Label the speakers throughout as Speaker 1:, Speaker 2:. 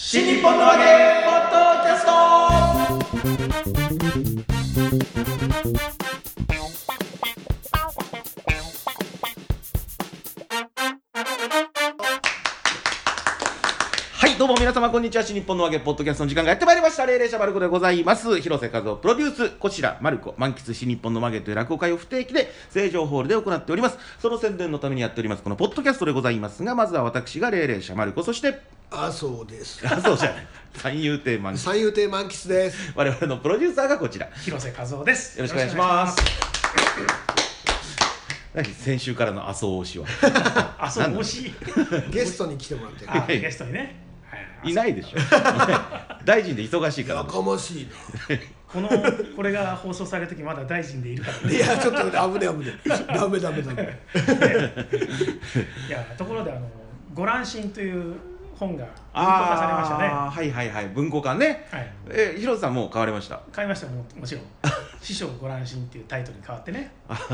Speaker 1: 新日本のわげポッドキャストはいどうも皆様こんにちは新日本のわげポッドキャストの時間がやってまいりました霊霊者マルコでございます広瀬和夫プロデュースこちらマルコ満喫新日本のマゲという落語会を不定期で成城ホールで行っておりますその宣伝のためにやっておりますこのポッドキャストでございますがまずは私が霊霊者マルコそして
Speaker 2: あそうです
Speaker 1: あそうじゃない三遊亭満喫
Speaker 2: 三遊亭満喫です
Speaker 1: 我々のプロデューサーがこちらよ
Speaker 3: 広瀬和夫です。
Speaker 1: ろしくお願いします何先週からの麻生推 しは
Speaker 3: あ、そう、もし。
Speaker 2: ゲストに来てもらってる
Speaker 3: あ、ゲストにね。はい
Speaker 1: ないでしょ 大臣で忙しいから
Speaker 2: やかましい
Speaker 3: この、これが放送される時、まだ大臣でいるから
Speaker 2: ないやちょっと危ね危ねダメダメダメ
Speaker 3: いや、ところで、あの、ご乱心という本が。
Speaker 1: あ
Speaker 3: 文庫化されましたね。
Speaker 1: あーはいはいはい文庫館ね、
Speaker 3: はい
Speaker 1: え広瀬さんもう買われました
Speaker 3: 買いましたよももちろん 「師匠ご乱心」っていうタイトルに変わっ てねあ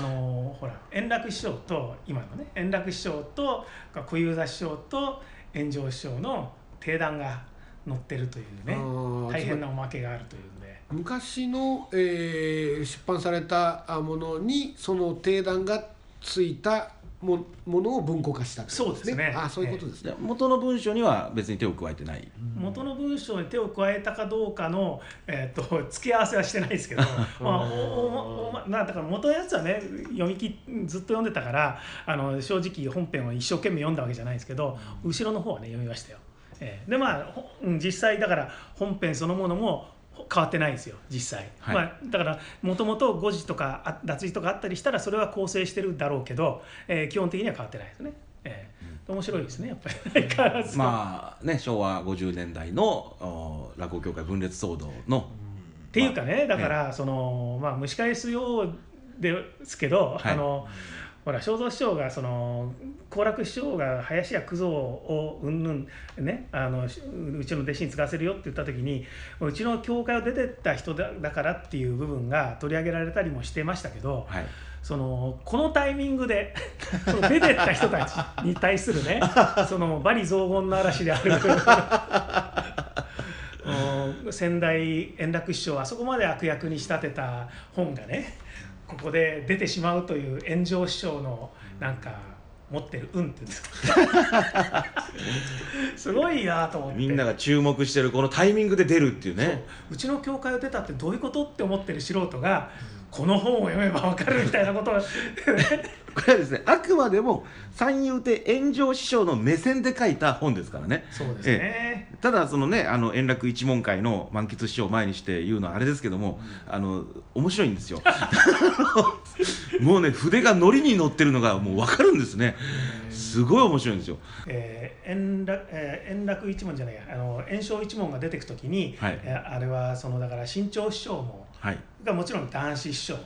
Speaker 3: のーほら円楽師匠と今のね円楽師匠と小遊三師匠と円城師匠の定談が載ってるというね
Speaker 2: あー
Speaker 3: 大変なおまけがあるというので
Speaker 2: 昔の、えー出版されたあものにその定談がついたもものを文庫化したってこと
Speaker 3: そうですね
Speaker 2: あそういうことですね、
Speaker 1: で元の文章には別に手を加えてない
Speaker 3: 元の文章に手を加えたかどうかの、えー、と付け合わせはしてないです けど、まあ、おおまおまなだから元のやつはね読みきずっと読んでたからあの正直本編を一生懸命読んだわけじゃないですけど後ろの方はね読みましたよ。えーでまあほうん実際だから本編そのものもほ変わってないんですよ実際、
Speaker 1: はい
Speaker 3: まあ、だからもともと誤字とかあ脱字とかあったりしたらそれは構成してるだろうけど、えー基本的には変わってないですね。えー面白いですねやっぱり相 変わらず。
Speaker 1: まあね昭和50年代のお落語協会分裂騒動の
Speaker 3: っていうかね、だから、そのまあ、蒸し返すようですけど、
Speaker 1: はい
Speaker 3: あのほら正蔵師匠がその好楽師匠が林家九蔵をうんぬんねあのしうちの弟子に継がせるよって言った時にうちの教会を出てった人だだからっていう部分が取り上げられたりもしてましたけど、
Speaker 1: はい
Speaker 3: そのこのタイミン グでその出てった人たちに対するねその罵詈雑言の嵐であるうん先代円楽師匠をあそこまで悪役に仕立てた本がねここで出てしまうという炎上師匠のなんか持ってる運って すごいなと思って
Speaker 1: みんなが注目してるこのタイミングで出るっていうね
Speaker 3: うちの教会を出たってどういうことって思ってる素人がこの本を読めばわかるみたいなことを
Speaker 1: これはですねあくまでも三遊亭炎上師匠の目線で書いた本ですからね
Speaker 3: そうですね。
Speaker 1: ただそのねあの円楽一門会の満喫師匠を前にして言うのはあれですけども、あの面白いんですよ もうね筆がノリに乗ってるのがもう分かるんですねすごい面白いんですよ
Speaker 3: えー円楽えー円楽一門じゃないやあの円生一門が出てくときに、
Speaker 1: はい
Speaker 3: えーあれはそのだから新潮師匠も
Speaker 1: はい
Speaker 3: がもちろん男子師匠も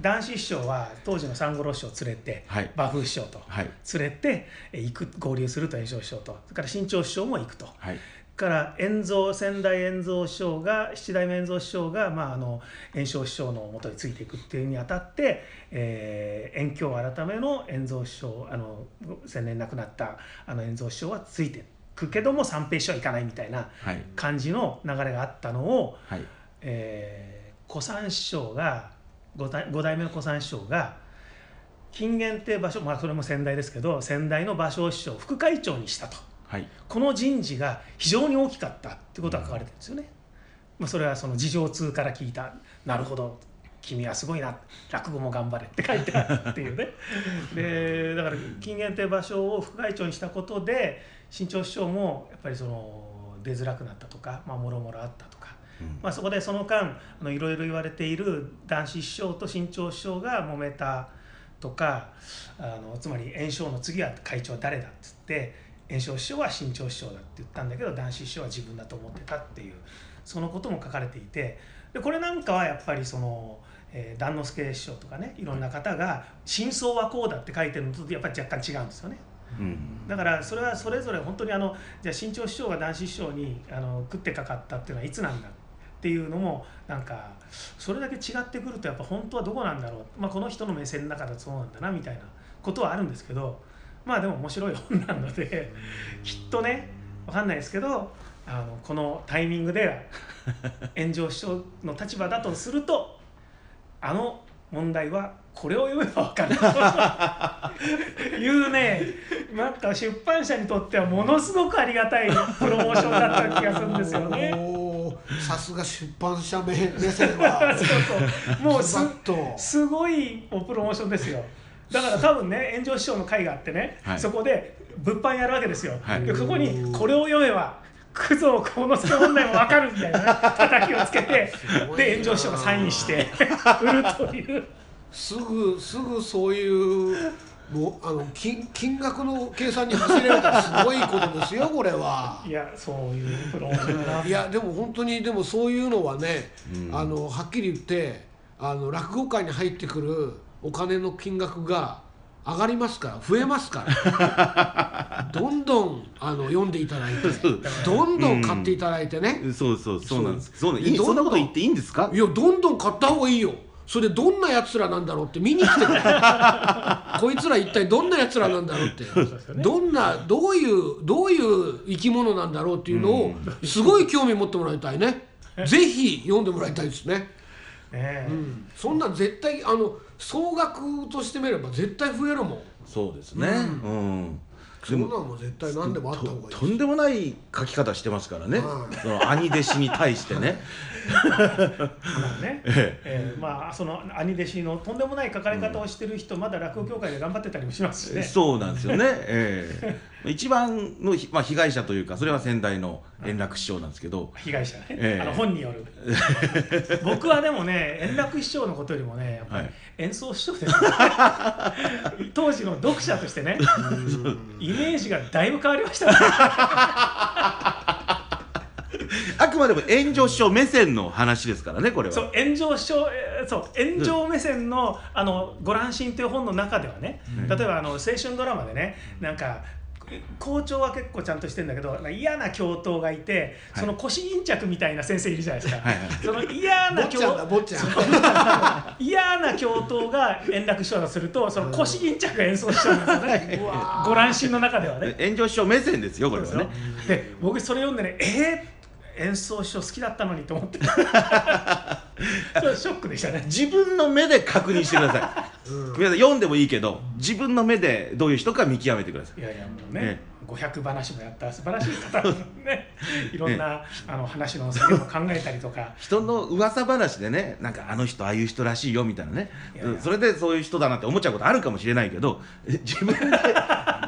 Speaker 3: 男子師匠は当時の三五郎師匠を連れて、
Speaker 1: はい
Speaker 3: 馬風師匠と
Speaker 1: はい
Speaker 3: 連れてえー行く合流すると円生師匠とそれから新潮師匠も行くと。
Speaker 1: はい
Speaker 3: から円蔵先代円蔵師匠が七代目円蔵師匠が、まあ、あの円生師匠のもとについていくっていうにあたって、えー、円教改めの円蔵師匠あの先年亡くなったあの円蔵師匠はついてくけども三平師匠は行かないみたいな
Speaker 1: はい
Speaker 3: 感じの流れがあったのを、
Speaker 1: はい
Speaker 3: えー、小三師匠が五代五代目の小三師匠が金元って場所、まあ、それも先代ですけど先代の芭蕉師匠を副会長にしたと。
Speaker 1: はい
Speaker 3: この人事が非常に大きかったってことが書かれてるんですよね。まあ、それはその事情通から聞いたなるほど君はすごいな落語も頑張れって書いてあるっていうねでだから金元亭芭蕉を副会長にしたことで新潮師匠もやっぱりその出づらくなったとかまあもろもろあったとか
Speaker 1: うん
Speaker 3: まあ、そこでその間あのいろいろ言われている男子師匠と新潮師匠が揉めたとかあのつまり円生の次は会長は誰だっつって円生師匠は新潮師匠だって言ったんだけど男子師匠は自分だと思ってたっていうそのことも書かれていてでこれなんかはやっぱりその。えー、段之助師匠とかねいろんな方が「真相はこうだ」って書いてるのとやっぱり若干違うんですよね。
Speaker 1: うん
Speaker 3: だからそれはそれぞれ本当にあのじゃあ新潮師匠が男子師匠にあの食ってかかったっていうのはいつなんだっていうのもなんかそれだけ違ってくるとやっぱ本当はどこなんだろう、まあ、この人の目線の中だとそうなんだなみたいなことはあるんですけどまあでも面白い本なのできっとねわかんないですけどあのこのタイミングでは炎上師匠の立場だとするとあの問題はこれを読めば分かるいうねなんか出版社にとってはものすごくありがたいプロモーションだった気がするんですよね。
Speaker 2: おーさすが出版社目目線は
Speaker 3: そうそう もうす
Speaker 2: ズバッと
Speaker 3: すごいおプロモーションですよだから多分ね炎上師匠の会があってね、
Speaker 1: はい
Speaker 3: そこで物販やるわけですよ、
Speaker 1: はい
Speaker 3: でそこ
Speaker 2: う
Speaker 3: に
Speaker 2: ん
Speaker 3: これを読めばクズをこの助問題も分かるみたいなね叩きをつけて
Speaker 2: ごいな
Speaker 3: で炎上師匠がサインして売るという
Speaker 2: すぐすぐそういうもうあの金金額の計算に走れるからすごいことで すよこれは。
Speaker 3: いやそういうプロモーションだ
Speaker 2: いやでも本当にでもそういうのはね、
Speaker 1: うん
Speaker 2: あのはっきり言ってあの落語界に入ってくるお金の金額が上がりますから増えますから どんどんあの読んでいただいて
Speaker 1: そう
Speaker 2: どんどん買っていただいてね、
Speaker 1: そうそうそうなんですそうなん
Speaker 2: で
Speaker 1: いい
Speaker 2: どん
Speaker 1: そんなこと
Speaker 2: どん
Speaker 1: 言っていいんですか
Speaker 2: いやどんどん買った方がいいよそれでどんなやつらなんだろうって見に来 てくれこいつら一体どんなやつらなんだろうって
Speaker 3: ですよね
Speaker 2: どんなどういうどういう生き物なんだろうっていうのをすごい興味持ってもらいたいね ぜひ読んでもらいたいですね、
Speaker 3: ねえ
Speaker 2: うん、そんなん絶対あの総額としてみれば絶対増えるもん
Speaker 1: そうですねうん
Speaker 2: そ
Speaker 1: で
Speaker 2: んな
Speaker 1: も
Speaker 2: んも絶対何でもあった
Speaker 1: と
Speaker 2: 方がいい
Speaker 1: とんでもない書き方してますからね、
Speaker 2: はい
Speaker 1: その兄弟子に対してね
Speaker 3: まあね、
Speaker 1: え
Speaker 3: えーまあその兄弟子のとんでもない書かれ方をしてる人、まだ落語協会で頑張ってたりもしますしね。
Speaker 1: そうなんですよね、 ええ一番のひ、まあ、被害者というかそれは先代の円楽師匠なんですけど、
Speaker 3: 被害者ね、
Speaker 1: ええ
Speaker 3: あの本による 僕はでもね円楽師匠のことよりもねやっぱり
Speaker 1: はい
Speaker 3: 演奏師匠 です、ね当時の読者としてねイメージがだいぶ変わりましたね
Speaker 1: あくまでも炎上師匠目線の話ですからねこれは
Speaker 3: そう炎上師匠えーそう炎上目線の「あのご乱心」という本の中ではね、
Speaker 1: うん
Speaker 3: 例えばあの青春ドラマでねなんか校長は結構ちゃんとしてんだけどなんか嫌な教頭がいて
Speaker 1: はい
Speaker 3: その腰巾着みたいな先生いるじゃないですか、
Speaker 1: はいはい
Speaker 3: その嫌
Speaker 2: 坊
Speaker 3: な
Speaker 2: ちゃんだ坊ちゃん
Speaker 3: 嫌な教頭が円楽師匠だとするとその腰巾着が演奏しちゃうんですよね
Speaker 2: うわー
Speaker 3: ご乱心の中ではね
Speaker 1: 炎上師匠目線ですよこれは
Speaker 3: そう
Speaker 1: ね
Speaker 3: ですよで僕それ読んでねえー、演奏師匠好きだったのに と思ってそれショックでしたね
Speaker 1: 自分の目で確認してください
Speaker 2: うん
Speaker 1: 皆さん読んでもいいけど自分の目でどういう人か見極めてください
Speaker 3: いやいやもう
Speaker 1: え
Speaker 3: ね、500話もやった素晴らしい方ですね いろんな、あの話の先も考えたりとか
Speaker 1: 人の噂話でねなんかあの人ああいう人らしいよみたいなね
Speaker 3: いやいや
Speaker 1: うんそれでそういう人だなって思っちゃうことあるかもしれないけどえ自分で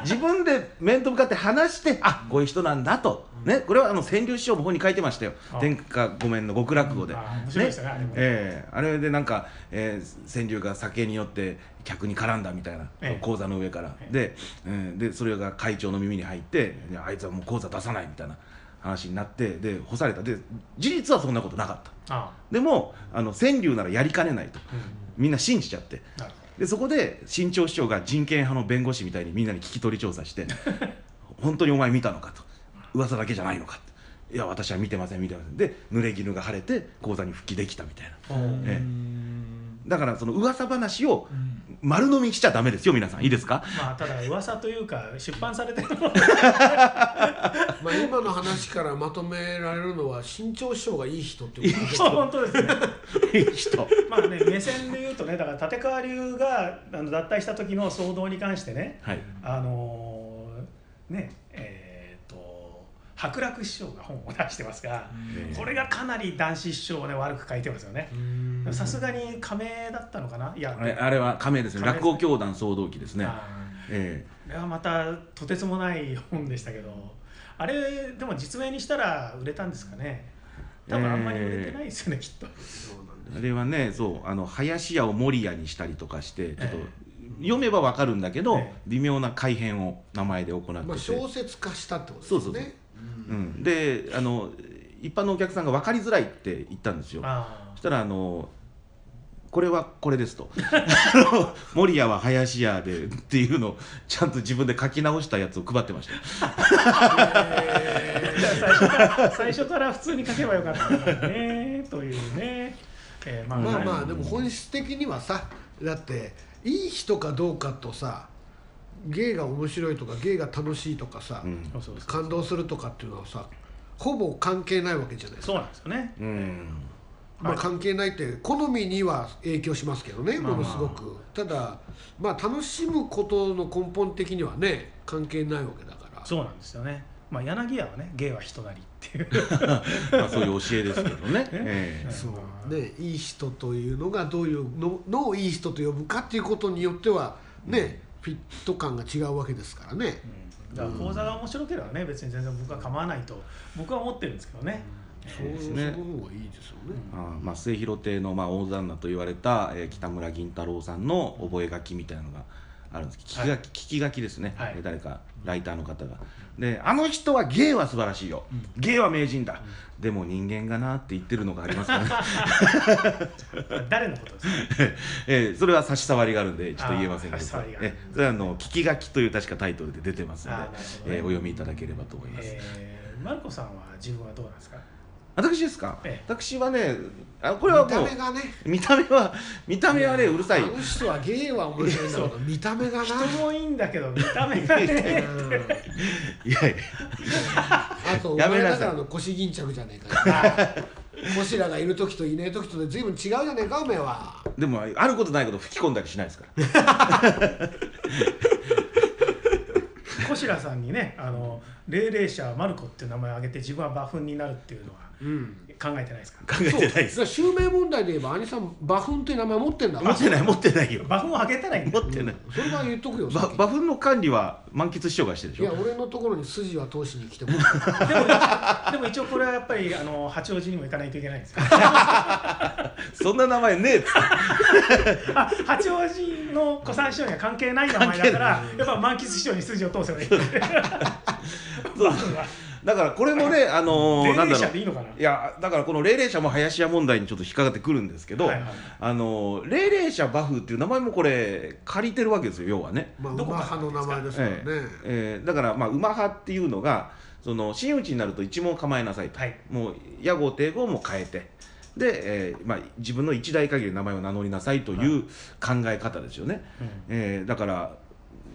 Speaker 1: 自分で面と向かって話してあこういう人なんだと、ね、これはあの川柳師匠も本に書いてましたよ「
Speaker 3: あ
Speaker 1: 天下御免の極楽語で」
Speaker 3: あー面白いですよねあれもね
Speaker 1: ええあれでなんか、えー川柳が酒によって客に絡んだみたいな、
Speaker 3: ええ
Speaker 1: 講座の上から、で、えーでそれが会長の耳に入っていやあいつはもう講座出さないみたいな話になってで干されたで事実はそんなことなかった
Speaker 3: あ
Speaker 1: でもあの川柳ならやりかねないと
Speaker 3: あ、うん
Speaker 1: みんな信じちゃって
Speaker 3: なるほ
Speaker 1: でそこで新潮市長が人権派の弁護士みたいにみんなに聞き取り調査 して「本当にお前見たのか」と「噂だけじゃないのか」と「いや私は見てません見てません」で濡れ衣が晴れて口座に復帰できたみたいな
Speaker 3: どうん
Speaker 1: えだからその噂話を丸飲みしちゃダメですよ皆さんいいですか
Speaker 3: まあただ噂というか出版されてる
Speaker 2: まあ今の話からまとめられるのは身長師匠がいい人ってことだね
Speaker 3: の本当ですね
Speaker 1: いい人
Speaker 3: まあね、目線で言うとねだから立川流があの脱退した時の騒動に関してね
Speaker 1: はい
Speaker 3: あのーねえーと伯楽師匠が本を出してますが、
Speaker 1: うん
Speaker 3: これがかなり男子師匠をね悪く書いてますよね
Speaker 2: うん
Speaker 3: さすがに仮名だったのかないや
Speaker 1: あれあれは亀ですね
Speaker 3: 亀
Speaker 1: 落語教団騒動記ですね
Speaker 3: あ
Speaker 1: え
Speaker 3: ーこれはまたとてつもない本でしたけどあれでも実名にしたら売れたんですかね多分あんまり売れてないですよね、きっと
Speaker 2: そうなん
Speaker 1: えあれはねそうあの林家を守屋にしたりとかしてちょっと
Speaker 3: え
Speaker 1: 読めばわかるんだけど、
Speaker 3: ええ
Speaker 1: 微妙な改変を名前で行ってて、
Speaker 2: まあ、小説化したってことです
Speaker 1: そうそう
Speaker 2: ね。うん
Speaker 1: うん、であの一般のお客さんが分かりづらいって言ったんですよ
Speaker 3: あ
Speaker 1: そしたらあのこれはこれですとあの守屋は林屋でっていうのをちゃんと自分で書き直したやつを配ってました
Speaker 3: ーじゃあ最初から最初から普通に書けばよかったからねというね、えーまあ
Speaker 2: まあ
Speaker 3: は
Speaker 2: ま
Speaker 3: い
Speaker 2: あでも本質的にはさだっていい人かどうかとさ芸が面白いとか芸が楽しいとかさ、
Speaker 1: うん
Speaker 3: そうそうそう
Speaker 2: 感動するとかっていうのはさほぼ関係ないわけじゃないですか、
Speaker 3: そうなんですよね
Speaker 1: うん
Speaker 2: ま
Speaker 3: は
Speaker 2: あ、
Speaker 3: い
Speaker 2: 関係ないって好みには影響しますけどね
Speaker 3: まあ
Speaker 2: ものすごくただまあ楽しむことの根本的にはね関係ないわけだから
Speaker 3: そうなんですよねまあ柳家はね芸は人なりっていう
Speaker 1: まあそういう教えですけどね、 ええ
Speaker 2: そうね、いい人というのがどういうののをいい人と呼ぶかっていうことによってはね、フィット感が違うわけですからね、
Speaker 3: うん だから講座が面白ければね別に全然僕は構わないと僕は思ってるんですけどね、
Speaker 2: そう
Speaker 1: そうです
Speaker 2: そ
Speaker 1: ね
Speaker 2: の方がいいですよね、
Speaker 1: あーまあ、末広亭の、まあ、大旦那と言われた、えー北村銀太郎さんの覚書みたいなのがあるんです聞き書き,、
Speaker 3: はい
Speaker 1: 聞き書きですね、
Speaker 3: はい
Speaker 1: えー誰かライターの方がであの人は芸は素晴らしいよ、芸は名人だ、でも人間がなって言ってるのがありますからね、
Speaker 3: 誰のことですか
Speaker 1: えーそれは差し障りがあるんでちょっと言えませんけ
Speaker 3: あー差
Speaker 1: ど
Speaker 3: し障りがある
Speaker 1: えーそれはあの聞き書きという確かタイトルで出てますので
Speaker 3: あーなるほど
Speaker 1: え
Speaker 3: ね
Speaker 1: ーお読みいただければと思います、
Speaker 3: えー、マルコさんは自分はどうなんですか
Speaker 1: 私ですか、
Speaker 3: ええ
Speaker 1: 私はねあこれは
Speaker 2: 見た
Speaker 1: もう
Speaker 2: 目がね
Speaker 1: 見た目は見た目はねうるさい
Speaker 2: あの人は芸は面白いん だけど見た目がな
Speaker 3: 人もいいんだけど見た目 がね
Speaker 2: うん
Speaker 1: いやいや
Speaker 2: あとお
Speaker 1: やめ
Speaker 2: 前
Speaker 1: なさい
Speaker 2: だからの腰巾着じゃねえか よコシラがいる時といねえ時とで随分違うじゃねえかおめえは
Speaker 1: でもあることないこと吹き込んだりしないです から
Speaker 3: 小白さんにねあの霊霊者マルコっていう名前を挙げて自分は馬フンになるっていうのは
Speaker 2: うん
Speaker 3: 考えてないですか
Speaker 1: 考えてないです
Speaker 2: そう襲名問題で言えば兄さん馬フンって名前持ってんだ
Speaker 1: 持ってない持ってないよ
Speaker 3: 馬フンを挙げたらいいんだ
Speaker 1: 持
Speaker 3: よ
Speaker 1: ってない、
Speaker 2: それは言っとくよ
Speaker 1: ば
Speaker 2: 先に
Speaker 1: 馬フンの管理は満喫師匠がしてる
Speaker 2: い
Speaker 1: でし
Speaker 2: や
Speaker 1: ょ
Speaker 2: 俺のところに筋は通しに来ても
Speaker 3: でもでも一応これはやっぱりあの八王子にも行かないといけないんです よ
Speaker 1: そんな名前ねえっ つって
Speaker 3: あ八王子の小三師匠には関係ない名前だからやっぱ満喫師匠に筋を通せばいい んだよね
Speaker 1: そう
Speaker 3: 馬フンは
Speaker 1: だからこれもねあのー、
Speaker 3: 霊
Speaker 1: なん
Speaker 3: 霊
Speaker 1: だ
Speaker 3: 者
Speaker 1: ろ
Speaker 3: で
Speaker 1: う
Speaker 3: いいのかない
Speaker 1: やだからこの霊霊者も林家問題にちょっと引っかかってくるんですけど、
Speaker 3: はいはい
Speaker 1: あのー霊霊者バフっていう名前もこれ借りてるわけですよ要はね、
Speaker 2: まあ
Speaker 3: ど
Speaker 2: 馬
Speaker 3: こか
Speaker 2: 派
Speaker 3: ら
Speaker 2: の名前ですからね、
Speaker 1: ええだからまあ馬派っていうのがその真打ちになると一門構えなさいと、
Speaker 3: はい
Speaker 1: もう屋号帝号も変えてで、えーまあ、自分の一代限り名前を名乗りなさいという考え方ですよね、えーだから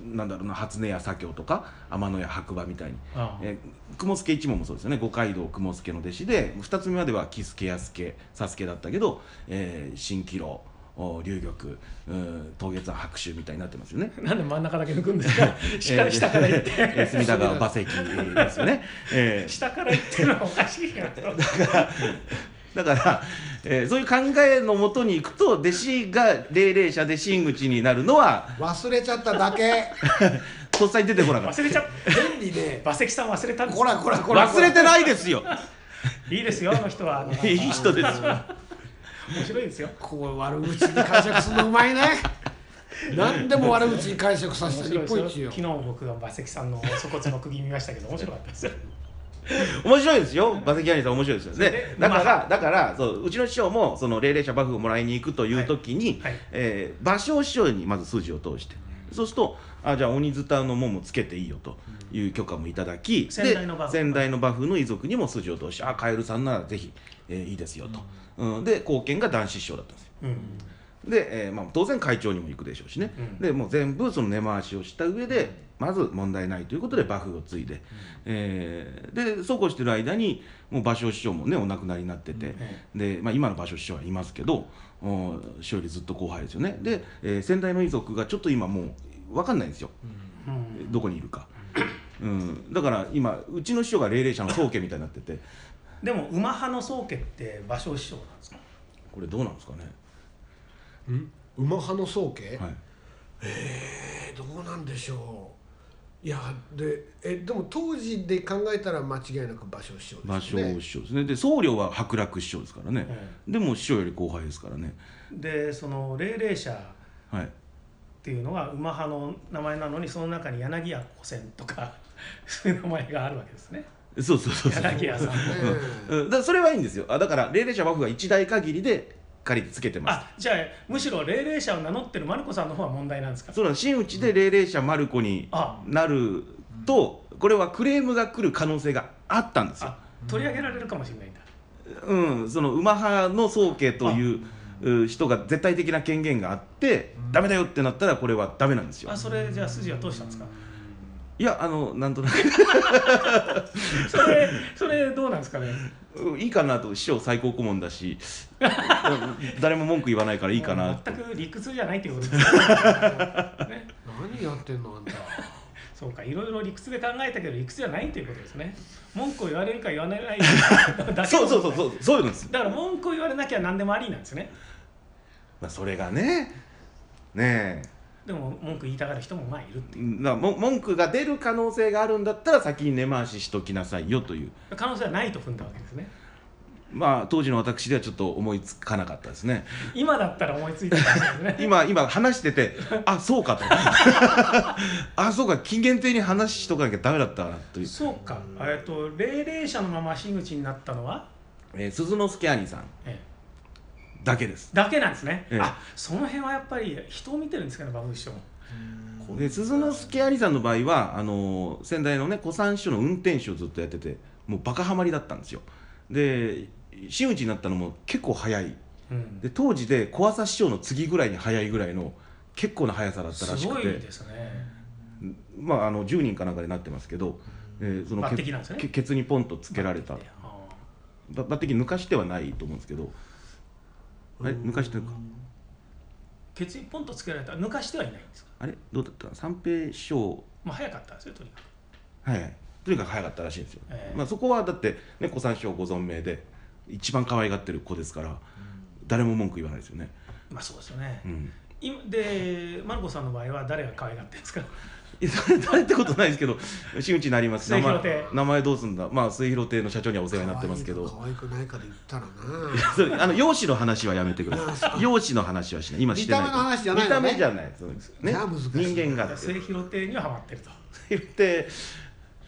Speaker 1: なんだろうな初音や左京とか天野や白馬みたいに、
Speaker 3: ああ
Speaker 1: えー雲助一門もそうですよね五街道雲助の弟子で二つ目までは喜助安助佐助だったけど、えー、新喜郎お龍玉うん桃月庵白秋みたいになってますよね。
Speaker 3: なんで真ん中だけ抜くんですかしっかり 下から行っ
Speaker 1: えーえー
Speaker 3: て
Speaker 1: 隅田川馬石ですよね。 えー
Speaker 3: 下から行ってるのはおかしいなと
Speaker 1: だから、えーそういう考えのもとに行くと弟子が霊霊者で真口になるのは
Speaker 2: 忘れちゃっただけ
Speaker 1: とっさに出てこなか った
Speaker 3: 忘れちゃっ
Speaker 2: 変にね
Speaker 3: 馬石さん忘れたんです
Speaker 2: こらこらこら
Speaker 1: 忘れてないですよ
Speaker 3: いいですよあの人は あの
Speaker 1: いい人ですよ
Speaker 3: 面白いですよ
Speaker 2: こう悪口に解釈するのう まいね何でも悪口に解釈させ
Speaker 3: 面
Speaker 2: た日
Speaker 3: 白い
Speaker 2: 本
Speaker 3: です
Speaker 2: 一
Speaker 3: よ
Speaker 2: よ
Speaker 3: 昨日僕が馬石さんの粗骨の釘見ましたけど面白かったですよ
Speaker 1: 面白いですよ馬関兄さん面白いですよね
Speaker 3: で
Speaker 1: だか
Speaker 3: ま
Speaker 1: らだからそううちの師匠もその霊霊者バフをもらいに行くという時に、
Speaker 3: はいはい
Speaker 1: えー馬匠師匠にまず筋を通してそうするとあじゃあ鬼ズタの門もつけていいよという許可もいただき、
Speaker 3: 先代の馬
Speaker 1: で
Speaker 3: 風
Speaker 1: 先代の馬風の遺族にも筋を通してあカエルさんならぜひ、えーいいですよと、うんで貢献が男子師匠だったんですよ
Speaker 3: うん
Speaker 1: で、えーまあ、当然会長にも行くでしょうしね、
Speaker 3: うん
Speaker 1: でもう全部その根回しをした上で、まず問題ないということでバフを継いで、えーでそうこうしてる間にもう馬匠師匠もねお亡くなりになってて、で、まあ、今の馬匠師匠はいますけどお師匠よりずっと後輩ですよねで、えー先代の遺族がちょっと今もう分かんないんですよ、
Speaker 3: うん
Speaker 1: どこにいるか、うん、だから今うちの師匠が霊霊者の宗家みたいになってて
Speaker 3: でも馬派の宗家って馬匠師匠なんですか
Speaker 1: これどうなんですかね、
Speaker 2: ん馬派の宗家、
Speaker 1: はい、
Speaker 2: えーどうなんでしょういやでえでも当時で考えたら間違いなく場所師匠
Speaker 1: 馬
Speaker 2: ですよ
Speaker 1: 匠
Speaker 2: ね
Speaker 1: 師匠ですねで僧侶は伯楽師匠ですからね、でも師匠より後輩ですからね
Speaker 3: でその霊霊者っ
Speaker 1: はい
Speaker 3: ていうのは馬派の名前なのにその中に柳家古仙とか そういう名前があるわけですね
Speaker 1: そうそうそうそう
Speaker 3: 柳家さんも
Speaker 2: ねえ
Speaker 1: うん、だからそれはいいんですよあだから霊霊者和フが一代限りで借りてつけてます
Speaker 3: あじゃあむしろ霊霊者を名乗ってるマルコさんの方は問題なんですか
Speaker 1: そうなの真打ちで霊霊者マルコに
Speaker 3: あ
Speaker 1: なるとこれはクレームが来る可能性があったんですよ
Speaker 3: あ取り上げられるかもしれないんだ
Speaker 1: うんその馬派の宗家というう人が絶対的な権限があってダメだよってなったらこれはダメなんですよ
Speaker 3: あそれじゃあ筋は通したんですか
Speaker 1: いやあのなんとなく
Speaker 3: それそれどうなんですかね
Speaker 1: うんいいかなと師匠最高顧問だし うん誰も文句言わないからいいかなと
Speaker 3: 全く理屈じゃないってこと ですねね
Speaker 2: 何やってんのあんた
Speaker 3: そうかいろいろ理屈で考えたけど理屈じゃないということですね文句を言われるか言われな いかだけ
Speaker 1: そうそうそうそううそういうのです、
Speaker 3: だから文句を言われなきゃ何でもありなんですね
Speaker 1: まあ、それがねねえ
Speaker 3: でも文句言いたがる人もまあいるってい
Speaker 1: だからも文句が出る可能性があるんだったら先に根回ししときなさいよという
Speaker 3: う可能性はないと踏んだわけですね
Speaker 1: まあ当時の私ではちょっと思いつかなかったですね
Speaker 3: 今だったら思いついたかもしれな いですね
Speaker 1: 今今話しててあそうかと あそうか期限定に話しとかなきゃダメだったなという、
Speaker 3: そうかえっと霊霊者のまま真口になったのは、
Speaker 1: えー鈴之助兄さん
Speaker 3: ええ
Speaker 1: だけです
Speaker 3: だけなんですね、
Speaker 1: ええ
Speaker 3: あその辺はやっぱり人を見てるんですかね馬風師匠も
Speaker 1: で鈴之助兄さんの場合はあの先代のね古参師匠の運転手をずっとやっててもうバカハマりだったんですよで真打ちになったのも結構早い
Speaker 3: うん
Speaker 1: で当時で小朝師匠の次ぐらいに早いぐらいの結構な速さだったら
Speaker 3: す
Speaker 1: し
Speaker 3: ご
Speaker 1: く
Speaker 3: い
Speaker 1: て
Speaker 3: ですね
Speaker 1: まああの10人かなんかでなってますけど、えーその
Speaker 3: 抜
Speaker 1: け
Speaker 3: 擢なんですね
Speaker 1: けケツにポンとつけられた
Speaker 3: ああ
Speaker 1: だ抜擢抜かしてはないと思うんですけどあれ抜かしてるか
Speaker 3: ケツにポンとつけられた抜かしてはいないんですか、
Speaker 1: あれどうだった三平師匠
Speaker 3: まあ、早かったんですよとにかく
Speaker 1: はいはいとにかく早かったらしいんですよ、
Speaker 3: ええ
Speaker 1: まあ、そこはだってね小三師匠ご存命で一番可愛がってる子ですから誰も文句言わないですよね、
Speaker 3: まあそうですよね、
Speaker 1: うん、
Speaker 3: 今でマルコさんの場合は誰が可愛がってるんですか
Speaker 1: いやそれ誰ってことないですけど真打ちになります名
Speaker 3: 末広
Speaker 1: 前
Speaker 3: 亭
Speaker 1: 名前どうすんだまあ末広亭の社長にはお世話になってますけど
Speaker 2: 可愛いか可愛くないかで言ったらな
Speaker 1: それあの容姿の話はやめてください容姿の話はしない今してない
Speaker 2: 見た目の話じゃないのね
Speaker 1: 見た目じゃないそうですね
Speaker 2: じゃあ難しい
Speaker 1: 人間がって
Speaker 3: 末広亭にはハマってると
Speaker 1: 言って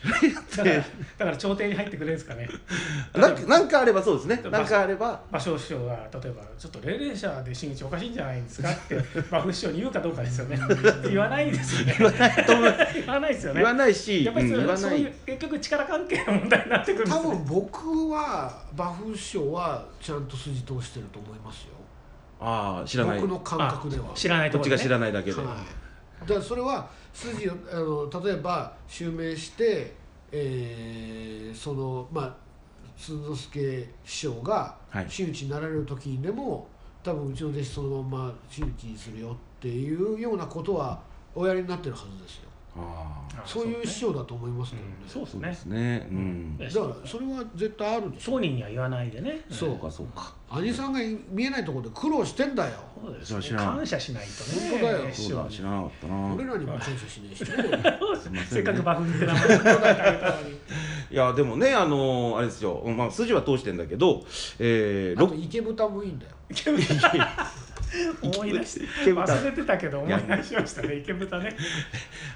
Speaker 3: だからだ から朝廷に入ってくれるんですかね
Speaker 1: なんかなんかあればそうですねなんかあれば
Speaker 3: 馬生師匠が例えば「ちょっと霊々者で真打ちおかしいんじゃないんですか?」って馬風師匠に言うかどうかですよね言わないですよね言わない言わないですよね
Speaker 1: 言わないし
Speaker 3: やっぱりそ,、
Speaker 1: うん言わ
Speaker 3: そ
Speaker 1: な
Speaker 3: ういう
Speaker 1: い
Speaker 3: 結局力関係の問題になってくるんです
Speaker 2: 多
Speaker 3: ね
Speaker 2: 分僕は馬風師匠はちゃんと筋通してると思いますよ
Speaker 1: ああ知らない
Speaker 2: 僕
Speaker 1: こ
Speaker 2: の感覚では
Speaker 3: 知らないと
Speaker 1: っ
Speaker 3: こ
Speaker 1: ち
Speaker 3: ろ
Speaker 1: が知ら
Speaker 3: い
Speaker 1: ないだけで
Speaker 2: はい、だからそれは筋をあの例えば襲名して、えーそのまあ鈴之助師匠が
Speaker 1: はい
Speaker 2: 真打ちになられる時にでも多分うちの弟子そのまま真打ちにするよっていうようなことはおやりになってるはずですよ
Speaker 1: ああ
Speaker 2: そういう師匠だと思いますけどね、
Speaker 3: そうです
Speaker 1: そう
Speaker 3: ね
Speaker 1: ですねうん
Speaker 3: ね
Speaker 2: だからそれは絶対あるでしょ
Speaker 3: 当人には言わないでね
Speaker 2: そ
Speaker 1: そうかそうか
Speaker 2: 兄さんが見えないところで苦労してんだよ
Speaker 3: そうで
Speaker 1: そう
Speaker 3: す
Speaker 1: 知
Speaker 3: ね
Speaker 1: らん
Speaker 3: 感謝しないとね
Speaker 2: 本当だよ
Speaker 3: 師
Speaker 1: そうだ
Speaker 3: 匠に
Speaker 1: 知らなかったな
Speaker 2: 俺らにも感謝しないし ね
Speaker 3: せっかくバフンって名前を考えてあげたのに
Speaker 1: いやでもねあのーあれですよまあ筋は通してんだけどえー
Speaker 2: あと池豚もいいんだよ
Speaker 3: 池豚思い出し
Speaker 1: 池豚
Speaker 3: 忘れてたけど思い出しましたね池豚ね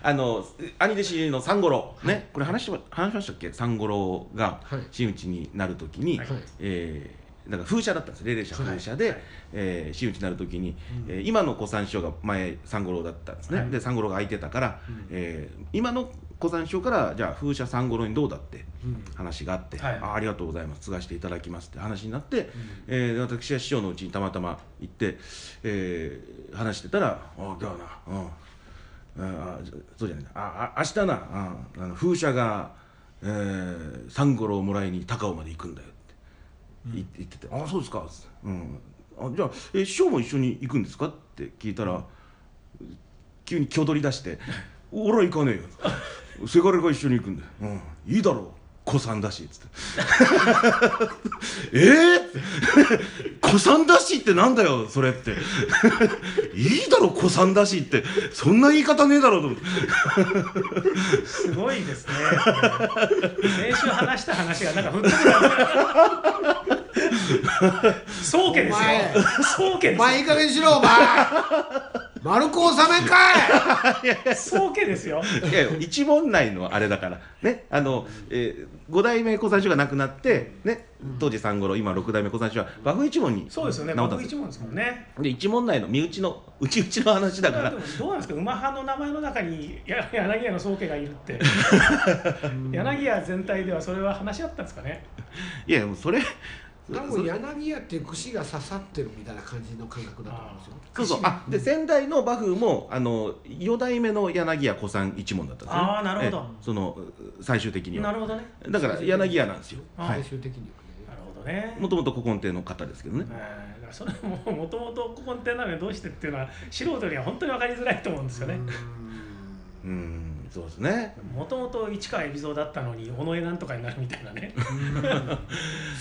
Speaker 1: あの兄弟子の三五郎ねこれ話しま話しましたっけ三五郎が
Speaker 2: はい
Speaker 1: 真打ちになるときに、
Speaker 3: はい
Speaker 1: えーなんか風車だったんです霊々者
Speaker 2: はい
Speaker 1: 風車で、
Speaker 3: はい
Speaker 1: えー真打ちになるときに、えー今の小三師匠が前三五郎だったんですね、
Speaker 3: はい
Speaker 1: で三五郎が空いてたから、
Speaker 2: うん
Speaker 1: えー今の小三師匠からじゃあ風車三五郎にどうだって
Speaker 2: うん
Speaker 1: 話があって、
Speaker 3: はい
Speaker 1: あありがとうございます継がしていただきますって話になって、えー私は師匠のうちにたまたま行って、えー話してたら「ああだよなうん」ああじゃそうじゃないなああ明日なああの風車が、えー、三五郎をもらいに高尾まで行くんだよって言って言ってて「ああそうですか」つってうん、あじゃあ、えー師匠も一緒に行くんですか?」って聞いたら急に挙取り出して「俺は行かねえよ」「せがれが一緒に行くんだよ」うん「いいだろう子さんだし」っつって「えー、子さんだしってなんだよそれ」って「いいだろう子さんだし」ってそんな言い方ねえだろうと思って
Speaker 3: すごいですね先週話した話がなんか吹っ飛ぶな宗家ですよ宗家
Speaker 2: お前いい加減にしろお前 丸く収めんかい
Speaker 3: ですよ宗家ですよ
Speaker 1: いやいや一問内のあれだからねあの、えー、5代目小三師匠が亡くなって、ね、当時三五郎今6代目小三師匠は馬風一門に
Speaker 3: そうですよね
Speaker 1: 直ったん
Speaker 3: 僕
Speaker 1: です
Speaker 3: 一
Speaker 1: よ
Speaker 3: 問ですもんね
Speaker 1: で一問内の身内のうちうちの話だ
Speaker 3: で
Speaker 1: か
Speaker 3: も
Speaker 1: ら
Speaker 3: どうなんですか馬派の名前の中にや柳家の宗家がいるって柳家全体ではそれは話し合ったんですかね
Speaker 1: いやもうそれ
Speaker 2: 多分柳家っていう串が刺さってるみたいな感じの感覚だと思うんですよ
Speaker 1: そうそうあで先代の馬風もあの四代目の柳家小さん一門だったんですよ、
Speaker 3: あーなるほど
Speaker 1: ええそのう最終的に
Speaker 3: な
Speaker 1: は
Speaker 3: るほどね
Speaker 1: だから柳家なんですよ
Speaker 3: あー
Speaker 1: はい
Speaker 2: 最終的には
Speaker 3: な
Speaker 2: ね
Speaker 3: るほどね
Speaker 1: もともと古今亭の方ですけどね、
Speaker 3: えーだからそれももともと古今亭なのにどうしてっていうのは素人には本当に分かりづらいと思うんですよね
Speaker 2: うー
Speaker 1: うー
Speaker 2: ん
Speaker 1: んそうですね
Speaker 3: もともと市川海老蔵だったのに尾上なんとかになるみたいなね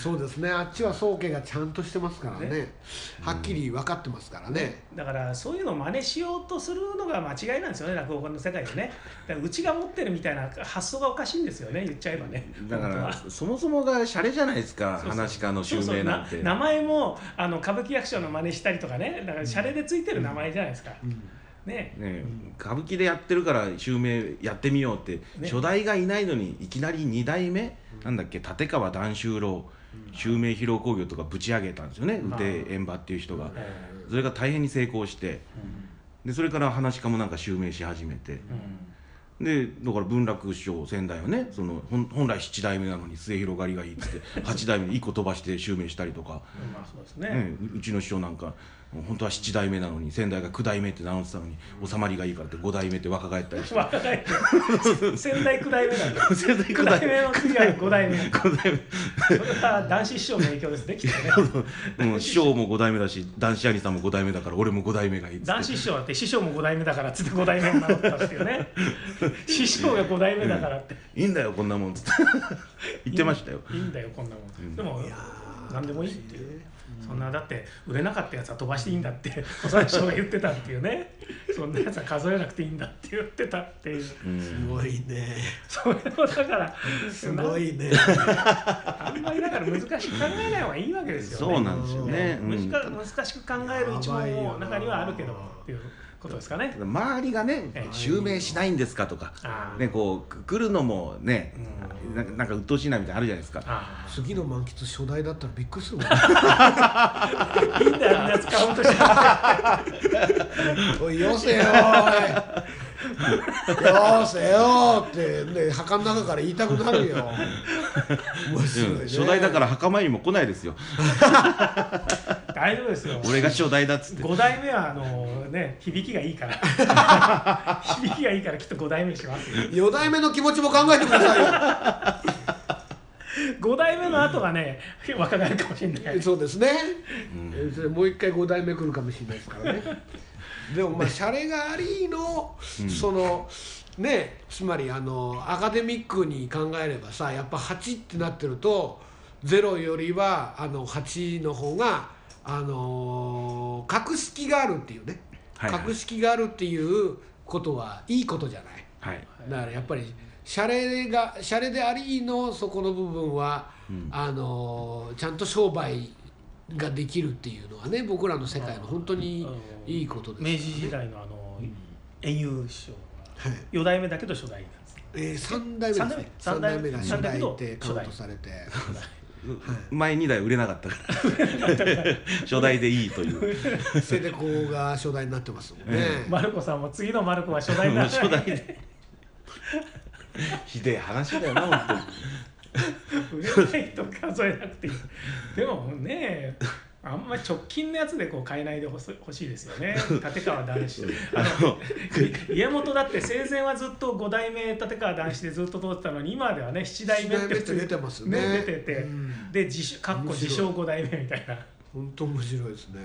Speaker 2: そうですねあっちは宗家がちゃんとしてますからねはっきり分かってますからね、
Speaker 3: だからそういうのを真似しようとするのが間違いなんですよね落語家の世界でねだからうちが持ってるみたいな発想がおかしいんですよね言っちゃえばね
Speaker 1: だか
Speaker 3: 本当
Speaker 1: ら
Speaker 3: は
Speaker 1: そもそもがシャレじゃないですか
Speaker 3: そうそう
Speaker 1: 話し家の襲名なんて
Speaker 3: そうそう名前もあの歌舞伎役者の真似したりとかねだからシャレでついてる名前じゃないですか、
Speaker 2: うん
Speaker 3: ね
Speaker 1: ね、歌舞伎でやってるから襲名やってみようって、
Speaker 3: ね
Speaker 1: 初代がいないのにいきなり2代目、なんだっけ立川談秋郎襲名披露興行とかぶち上げたんですよね
Speaker 3: あー
Speaker 1: 腕演馬っていう人が
Speaker 3: え
Speaker 1: それが大変に成功して
Speaker 3: ー
Speaker 1: でそれから話し家もなんか襲名し始めて
Speaker 3: うん
Speaker 1: でだから文楽師匠仙台はねその本本来7代目なのに末広がりがいいっつって8 代目に1個飛ばして襲名したりとか。
Speaker 3: うんまあそうですね、
Speaker 1: ね、ううちの師匠なんか本当は7代目なのに先代が9代目って名乗ってたのに収まりがいいからって5代目って若返った りして
Speaker 3: わからない仙台九代目なんだ
Speaker 1: 先代
Speaker 3: 九
Speaker 1: 9
Speaker 3: 代
Speaker 1: 代
Speaker 3: 目の次は五代目
Speaker 1: 5代
Speaker 3: それは男子師匠の影響ですねきっとね
Speaker 1: 目もう師匠も5代目だし男子兄さんも5代目だから俺も5代目がいいっつって
Speaker 3: 男子師匠だって師匠も5代目だからっつって5代目になったんですよね師匠が5代目だからって
Speaker 1: いいんだよこんなもんっつって 言ってましたよ
Speaker 3: いいんだよこんなもん、
Speaker 1: ん
Speaker 3: でも
Speaker 2: いやー
Speaker 3: 何でもいいっていう、そんなだって売れなかったやつは飛ばしていいんだって小沢師匠が言ってたっていうねそんなやつは数えなくていいんだって言ってたっていう
Speaker 1: うん
Speaker 2: すごいね
Speaker 3: それもだから
Speaker 2: すごいね
Speaker 3: あんまりだから難しく考えない方がいいわけですよね
Speaker 1: そうなんですよね、う
Speaker 3: 難
Speaker 1: ん、た
Speaker 3: し難しく考える一問も中にはあるけどっていうことですかね。
Speaker 1: だ周りがね
Speaker 3: ええ
Speaker 1: 襲名しないんですかとか
Speaker 3: あー
Speaker 1: ねこう来るのもね
Speaker 3: う
Speaker 1: なんかなんか鬱陶しいなみたいなのあるじゃないですか
Speaker 3: あ
Speaker 2: 次の満喫初代だったらびっくりするもん
Speaker 3: あいいんだよ、あんなやつカウントしな
Speaker 2: おいよせよーいよせよーってね墓の中から言いたくなるよ面白いね、
Speaker 1: うん初代だから墓参りも来ないですよ
Speaker 3: い大丈夫ですよ。
Speaker 1: 俺が初代だっつって
Speaker 3: 5代目はあのね響きがいいから 響きがいいからきっと5代目にしますよ
Speaker 2: 4代目の気持ちも考えてくださ
Speaker 3: 5代目の後がね若返るかもしれない
Speaker 2: いよそうですね、えそれもう一回5代目来るかもしれないですか らねでもまあシャレがありの、そのねつまりあのアカデミックに考えればさやっぱ8ってなってると0よりはあの8の方があの格式があるっていうね、
Speaker 1: はいはい
Speaker 2: 格式があるっていうことはいいことじゃない。
Speaker 1: はい
Speaker 2: だからやっぱりシャレがシャレでありのそこの部分は、あのちゃんと商売ができるっていうのはね僕らの世界の本当にいいことです、
Speaker 3: 明治時代のあの遠遊師匠
Speaker 2: はい
Speaker 3: 4代目だけど初代なんです
Speaker 2: えー、3代目ですね
Speaker 3: 三
Speaker 2: 3
Speaker 3: 代
Speaker 2: 代目
Speaker 3: 目
Speaker 2: が初代ってカ
Speaker 3: 三代目と初代
Speaker 2: ウントされて
Speaker 1: 前2台売れなかったから 初代でいいという
Speaker 2: それでこうが初代になってますもんね、
Speaker 3: マルコさんも次のマルコは初代にならない
Speaker 1: 初代でひでえ話だよな本
Speaker 3: 売れないと数えなくていいでもねあんま直近のやつでこう変えないでほし欲しいですよね立川談志あの家元だって生前はずっと5代目立川談志でずっと通ってたのに今ではね7代目って
Speaker 2: 七代目って出てますね
Speaker 3: 出てて、
Speaker 2: うん
Speaker 3: で自称かっこ
Speaker 2: 面白
Speaker 3: 自
Speaker 2: い
Speaker 3: 称5代目みたいな
Speaker 2: 本当面白いですね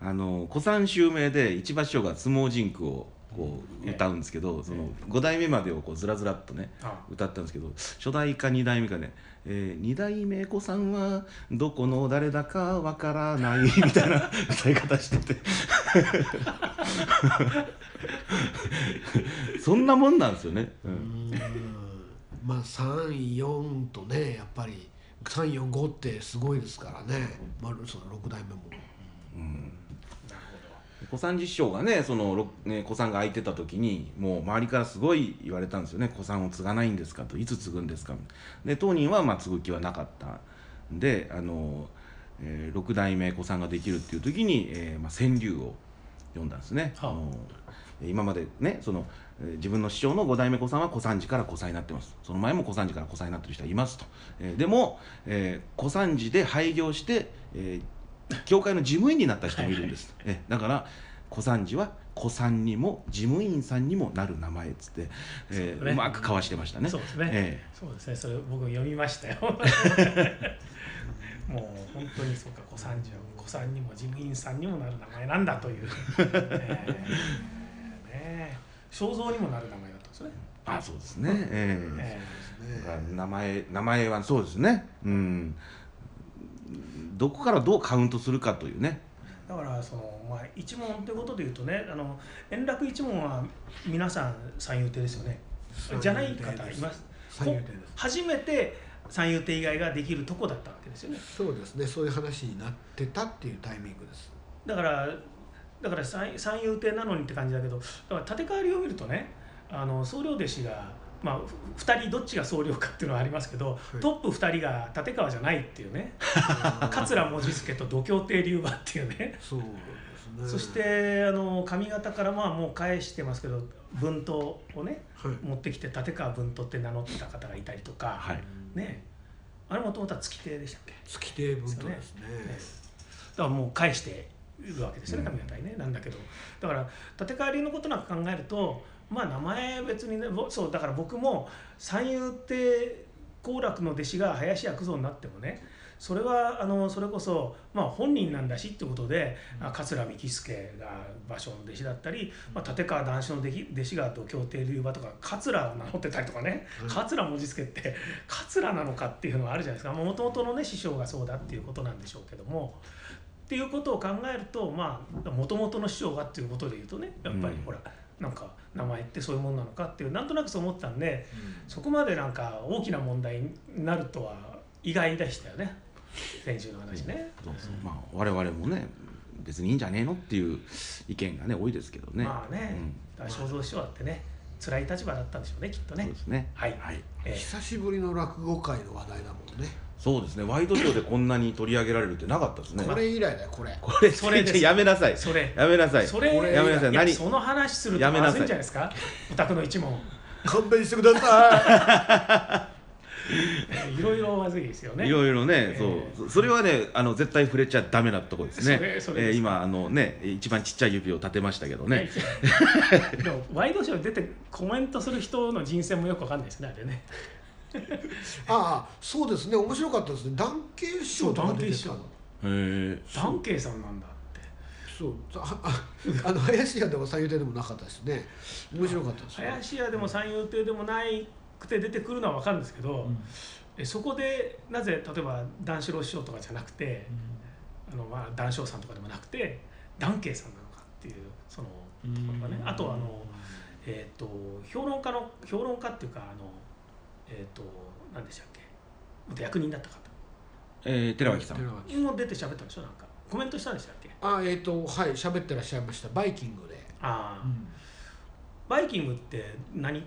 Speaker 1: 当あの古参襲名で市場師匠が相撲甚句をこう歌うんですけど、その5代目までをこうずらずらっとね
Speaker 3: あ
Speaker 1: 歌ったんですけど初代か2代目かね、え2代目子さんはどこの誰だかわからない みたいな歌い方しててそんなもんなんですよね、うん
Speaker 2: まあ34とねやっぱり345ってすごいですからね、まあ、その6代目も
Speaker 1: 小三治師匠がねそのろね小さんが空いてた時にもう周りからすごい言われたんですよね「小さんを継がないんですか?」と「いつ継ぐんですか?」で当人はまあ継ぐ気はなかったんであの、えー六代目小さんができるっていう時に、えーまあ、川柳を読んだんですね。
Speaker 3: はあ
Speaker 1: あの今までねそのえー自分の師匠の五代目子さんは小三治から小三になってますその前も小三治から小三になってる人はいますと、えーでも、えー小三治で廃業して、えー教会の事務員になった人もいるんです、えーだから小三治は小三にも事務員さんにもなる名前っつって、えー
Speaker 3: そう
Speaker 1: う
Speaker 3: ね
Speaker 1: まくかわしてましたね
Speaker 3: そうですね、
Speaker 1: え
Speaker 3: そうですねそれ僕読みまし たよもう本当にそうか小三治は小三にも事務員さんにもなる名前なんだという、えーね、肖像にもなる名前だったんですね、
Speaker 1: あそうですね、えー
Speaker 3: え
Speaker 1: だから名前名前はそうですねうんどこからどうカウントするかというね
Speaker 3: ーだからその、まあ、一門ってことでいうとねあの円楽一門は皆さん三遊亭ですよねじゃない方います
Speaker 2: 三遊亭です
Speaker 3: 初めて三遊亭以外ができるとこだったわけですよね
Speaker 2: そうですねそういう話になってたっていうタイミングです
Speaker 3: だからだから三三遊亭なのにって感じだけどだから立て替わりを見るとねあの総領弟子が、まあ、ふ2人どっちが総領かっていうのはありますけど、
Speaker 2: い
Speaker 3: トップ2人が立川じゃないっていうね桂文字助と土俵亭龍馬っていうね
Speaker 2: そうですね
Speaker 3: そしてあの髪型からまあもう返してますけど文頭をね
Speaker 2: はい
Speaker 3: 持ってきて立川文頭って名乗ってた方がいたりとか、
Speaker 1: はい
Speaker 3: ねあれもともとは月亭でしたっけ
Speaker 2: 月亭文とですね
Speaker 3: ねだからもう返しているわけですよね
Speaker 1: うん
Speaker 3: 髪型にね、なんだけどだから立て替わりのことなんか考えるとまあ名前別にねぼそうだから僕も三遊亭好楽の弟子が林家九三になってもねそれはあのそれこそ、まあ、本人なんだしってことで、あ桂幹助が芭蕉の弟子だったり、まあ、立川談志の弟子弟子が土俵亭龍馬とか桂を名乗ってたりとかね、
Speaker 2: うん
Speaker 3: 桂文字助って桂なのかっていうのはあるじゃないですかもともとのね師匠がそうだっていうことなんでしょうけども。っていうことを考えるとまあもともとの師匠がっていうことで言うとねやっぱり
Speaker 1: うん
Speaker 3: ほら、なんか名前ってそういうもんなのかっていうなんとなくそう思ったんで
Speaker 2: うん
Speaker 3: そこまでなんか大きな問題になるとは意外でしたよね先週の話ね。
Speaker 1: そうそうまあ我々もね別にいいんじゃねえのっていう意見がね多いですけどね
Speaker 3: まあね、だから肖像師匠だってね辛い立場だったんでしょうねきっと
Speaker 1: うん、
Speaker 3: ね
Speaker 1: そう。ですね
Speaker 3: はい、
Speaker 1: はい
Speaker 3: え
Speaker 2: 久しぶりの落語界の話題だもんね
Speaker 1: そうですねワイドショーでこんなに取り上げられるってなかったですね
Speaker 2: これ以来だよこれ
Speaker 1: これ
Speaker 3: それです
Speaker 1: やめなさい
Speaker 3: えそれ
Speaker 1: やめなさい
Speaker 3: それ
Speaker 1: やめなさい
Speaker 3: いや
Speaker 1: 何
Speaker 3: その話する
Speaker 1: や
Speaker 3: と
Speaker 1: めな
Speaker 3: ま
Speaker 1: さ
Speaker 3: ず
Speaker 1: い
Speaker 3: いんじゃないですかお宅の一問
Speaker 2: 勘弁してください
Speaker 3: いろいろまずいですよね
Speaker 1: いろいろね、
Speaker 3: えー
Speaker 1: そうそそれはねあの絶対触れちゃダメなとこですね
Speaker 3: それそれです
Speaker 1: えー今あのね一番ちっちゃい指を立てましたけどね、
Speaker 3: でもワイドショーに出てコメントする人の人選もよくわかんないですねあれね
Speaker 2: ああそうですね面白かったですね男系師匠とか出てたの
Speaker 1: へー
Speaker 3: ダンケイさんなんだって
Speaker 2: そうあああの林家でも三遊亭でもなかったですね面白かったですね
Speaker 3: 林家でも三遊亭でもないくて出てくるのはわかるんですけど、えそこでなぜ例えば談志郎師匠とかじゃなくて、あのまあ談笑さんとかでもなくて談慶さんなのかっていうそのところがね、あとあのえっ、と評論家の評論家っていうかあのえっ、と何でしたっけ元役人だった方
Speaker 1: えー寺脇さん
Speaker 2: 寺脇
Speaker 3: もう出て喋ったんでしょなんかコメントしたんでしたっけ
Speaker 2: あえっ、とはい喋ってらっしゃいましたバイキングで、
Speaker 3: ああ、バイキングって何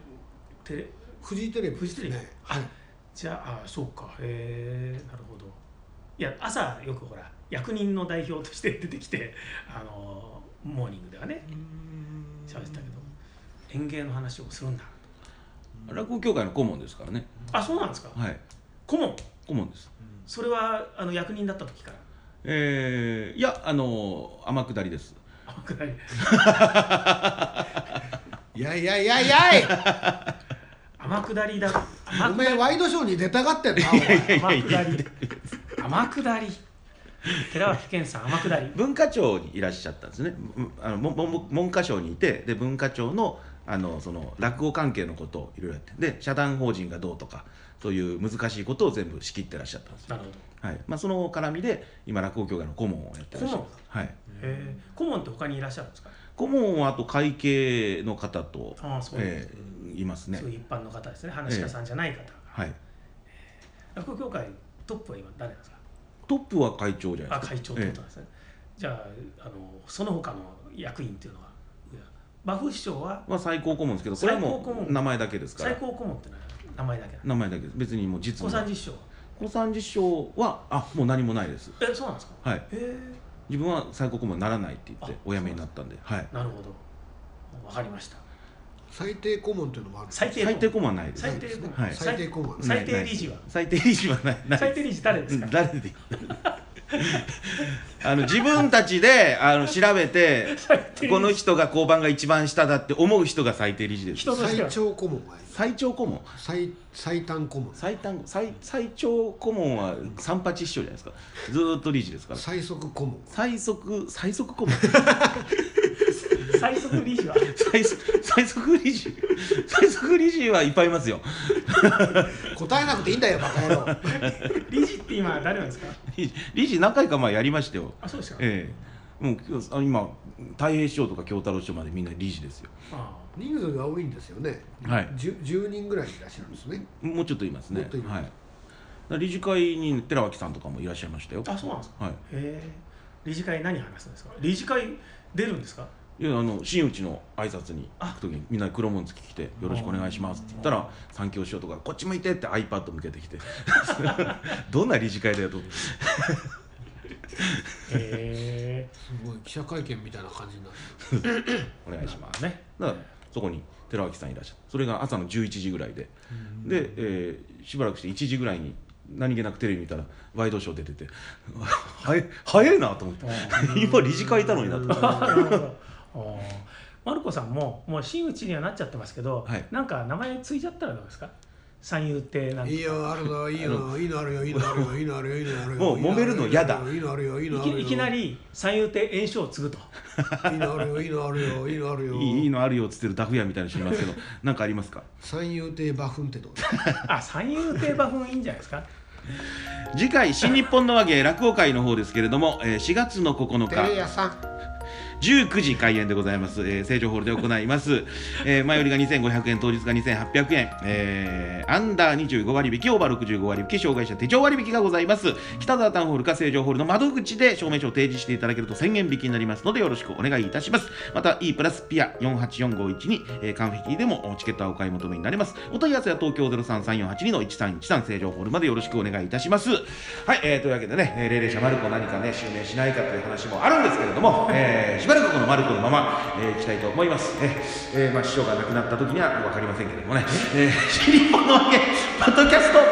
Speaker 3: テレ
Speaker 2: フジテレビです
Speaker 3: フジテレビ
Speaker 2: ねはい
Speaker 3: じゃああそうかへえなるほどいや朝よくほら役人の代表として出てきて あのモーニングではね喋ってたけど園芸の話をするんだ
Speaker 1: 落語協会の顧問ですからね
Speaker 3: あそうなんですか
Speaker 1: はい
Speaker 3: 顧問
Speaker 1: 顧問です
Speaker 3: それはあの役人だった時から
Speaker 1: えーいやあの天下りです
Speaker 3: 甘くない
Speaker 2: いやいやいやいやい
Speaker 3: 天下りだ
Speaker 2: お
Speaker 3: 天
Speaker 2: めえワイドショーに出たがってんなお前
Speaker 3: 天下り天下り寺脇健さん天下り
Speaker 1: 文化庁にいらっしゃったんですねうんあのもも文科省にいてで文化庁のあのその落語関係のことをいろいろやってで社団法人がどうとかそういう難しいことを全部仕切ってらっしゃったんですよ、
Speaker 3: なるほど
Speaker 1: はいまあ、その絡みで今落語協会の顧問をやってらっしゃる
Speaker 3: 顧問
Speaker 1: はい
Speaker 3: へえ顧問って他にいらっしゃるんですか
Speaker 1: 顧問はあと会計の方と、
Speaker 3: ああそうなんです
Speaker 1: えーいますね
Speaker 3: そういう一般の方ですね話し家さんじゃない方が
Speaker 1: はい
Speaker 3: 落語協会トップは今誰なんですか
Speaker 1: トップは会長じゃない
Speaker 3: あ
Speaker 1: ですか
Speaker 3: 会長ってことなんですね、じゃああのその他の役員っていうのは馬風師匠は
Speaker 1: は最高顧問ですけどこれは
Speaker 3: 最高顧
Speaker 1: もう
Speaker 3: 問
Speaker 1: 名前だけですから
Speaker 3: 最高顧問ってのは名前だけなの
Speaker 1: 名前だけです別にもう実
Speaker 3: 小三
Speaker 1: 務
Speaker 3: 治師匠は
Speaker 1: 小三治師匠はあもう何もないです
Speaker 3: えそうなんですか
Speaker 1: はい
Speaker 3: へえ
Speaker 1: 自分は最高顧問にならないって言って
Speaker 3: あ
Speaker 1: お辞めになったんではい
Speaker 3: なるほど分かりました
Speaker 2: 最低顧問っていうのもある
Speaker 3: 最低顧
Speaker 1: 最
Speaker 3: 問
Speaker 1: 低顧問はないです
Speaker 3: 最低顧問
Speaker 1: はい
Speaker 2: 最低顧問
Speaker 1: ない
Speaker 3: 最低理事は
Speaker 1: ない最低理事はないない
Speaker 3: 最低理事誰ですか
Speaker 1: うん 誰であの自分たちであの調べて
Speaker 3: 最低理事
Speaker 1: この人が交番が一番下だって思う人が最低理事です
Speaker 3: 人として
Speaker 2: 最
Speaker 3: は
Speaker 2: 長顧問がいる
Speaker 1: 最長顧問
Speaker 2: 最最短顧問
Speaker 1: 最短最最長顧問は三八師匠じゃないですかずーっと理事ですから
Speaker 2: 最速顧問
Speaker 1: 最速最速顧問
Speaker 3: 最速理 事は
Speaker 1: 最速最速理事最速理事はいっぱいいますよ
Speaker 2: 答えなくていいんだよバカ野郎
Speaker 3: 理事って今誰なんですか
Speaker 1: 理事 理事何回か前やりましたよ
Speaker 3: あそうですか、
Speaker 1: ええもう今日あの今太平師匠とか京太郎師匠までみんな理事ですよ
Speaker 3: あ
Speaker 2: 人数が多いんですよね
Speaker 1: はい
Speaker 2: じゅ 10, 人ぐらいいらっしゃるんですね
Speaker 1: もうちょっといますね
Speaker 2: もっといます
Speaker 1: はいだから理事会に寺脇さんとかもいらっしゃいましたよ
Speaker 3: ああそうなんですか
Speaker 1: はい
Speaker 3: へえ理事会何話すんですか理事会出るんですか
Speaker 1: いやあの真打ちの挨拶に行く時にみんな黒紋付き着て「よろしくお願いします」って言ったら「三教師匠」とか「こっち向いて」って iPad 向けてき てどんな理事会だよと
Speaker 3: へえ
Speaker 2: すごい記者会見みたいな感じになる
Speaker 1: お願いします
Speaker 3: ね
Speaker 1: だからそこに寺脇さんいらっしゃるそれが朝の11時ぐらいでで、えーしばらくして1時ぐらいに何気なくテレビ見たらワイドショー出てて 「はえ早えな」と思って「 今理事会いたのにな」と
Speaker 3: なるほどおーマルコさんももう真打ちにはなっちゃってますけど、
Speaker 1: はい
Speaker 3: なんか名前ついちゃったらどうですか三遊亭なんか
Speaker 2: いいよあるのいいのいいのあるよいいのあるよいいのあるよいいのあるよ
Speaker 1: もう揉めるの嫌だ
Speaker 2: いいのあるよいい
Speaker 3: い
Speaker 2: のあるよ
Speaker 3: きいきなり三遊亭炎症を継ぐと
Speaker 2: いいのあるよいいのあるよいいのあるよ
Speaker 1: いいいいのあるよ」っつってるダフ屋みたいな人いますけど何かありますか
Speaker 2: 三遊亭馬フンってどうだ
Speaker 3: あ三遊亭馬フンいいんじゃないですか
Speaker 1: 次回「新日本の話芸落語会」の方ですけれども、えー4月の9
Speaker 2: テレ
Speaker 1: 日
Speaker 2: 屋さん
Speaker 1: 19時開演でございます、えー、成城ホールで行います、 えー前売りが2500円当日が2800円、えーアンダー25割引オーバー65割引障害者手帳割引がございます北沢タウンホールか成城ホールの窓口で証明書を提示していただけると1000円引きになりますのでよろしくお願いいたしますまた E プラスピア484512に、えー、カンフィティでもチケットはお買い求めになりますお問い合わせは東京033482の1313成城ホールまでよろしくお願いいたしますはい、えー、というわけでね、えー、霊霊者マルコ何かね襲名しないかという話もあるんですけれども、えー、しばらくこのマルコのまま、えー、いきたいと思います、えーえーまあ、師匠が亡くなった時には分かりませんけれどもね「えー、新日本のわけ」ポッドキャスト